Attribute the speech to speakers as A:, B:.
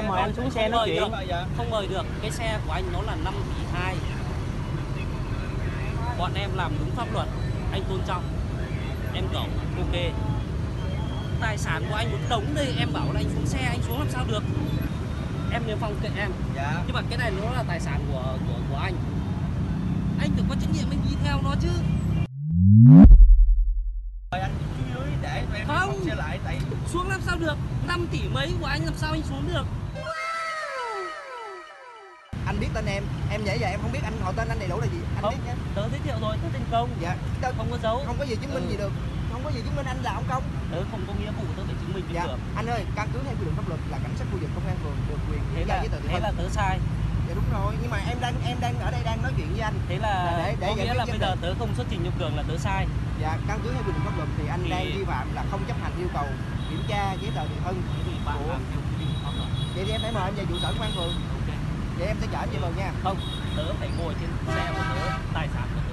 A: anh xuống xe
B: Không
A: nói
B: mời
A: chuyện.
B: được. Không mời được, cái xe của anh nó là 5 tỷ 2 Bọn em làm đúng pháp luật, anh tôn trọng Em cẩu, ok Tài sản của anh một đống đây, em bảo là anh xuống xe, anh xuống làm sao được Em niêm phong kệ em
A: Dạ.
B: Nhưng mà cái này nó là tài sản của của của anh Anh phải có trách nhiệm anh đi theo nó chứ
A: Rồi anh xuống dưới để tụi em
B: Không.
A: không xe lại tại
B: Xuống làm sao được, 5 tỷ mấy của anh làm sao anh xuống được
C: anh biết tên em em nhảy vào em không biết anh gọi tên anh đầy đủ là gì anh
B: Không.
C: biết nhé
B: Tớ giới thiệu rồi, tớ thành công
C: dạ tao
B: Không có dấu
C: không có gì chứng minh
B: Ừ.
C: gì được không có gì chứng minh anh là ông công
B: Tớ không có nghĩa vụ tớ phải chứng minh với
C: dạ
B: được
C: anh ơi căn cứ theo quy định pháp luật là cảnh sát khu vực công an phường được quyền
B: thế
C: kiểm tra
B: là
C: giấy tờ tùy
B: thế
C: thân
B: là tớ sai
C: dạ đúng rồi nhưng mà em đang em đang ở đây đang nói chuyện với anh
B: thế là
C: Là để- để
B: có
C: giải
B: nghĩa
C: quyết
B: là
C: vấn
B: bây
C: đề.
B: giờ tớ không xuất trình cho cường là tớ sai
C: dạ căn cứ theo quy định pháp luật thì anh
B: Thì-
C: đang vi phạm là không chấp hành yêu cầu kiểm tra giấy tờ tùy thân
B: thế thì bạn
C: Ủa?
B: làm theo quy định pháp luật
C: vậy thì em phải mời anh về trụ sở công an phường
B: ok
C: vậy em sẽ chở anh về phường nha
B: không tớ phải ngồi trên xe của tớ tài sản của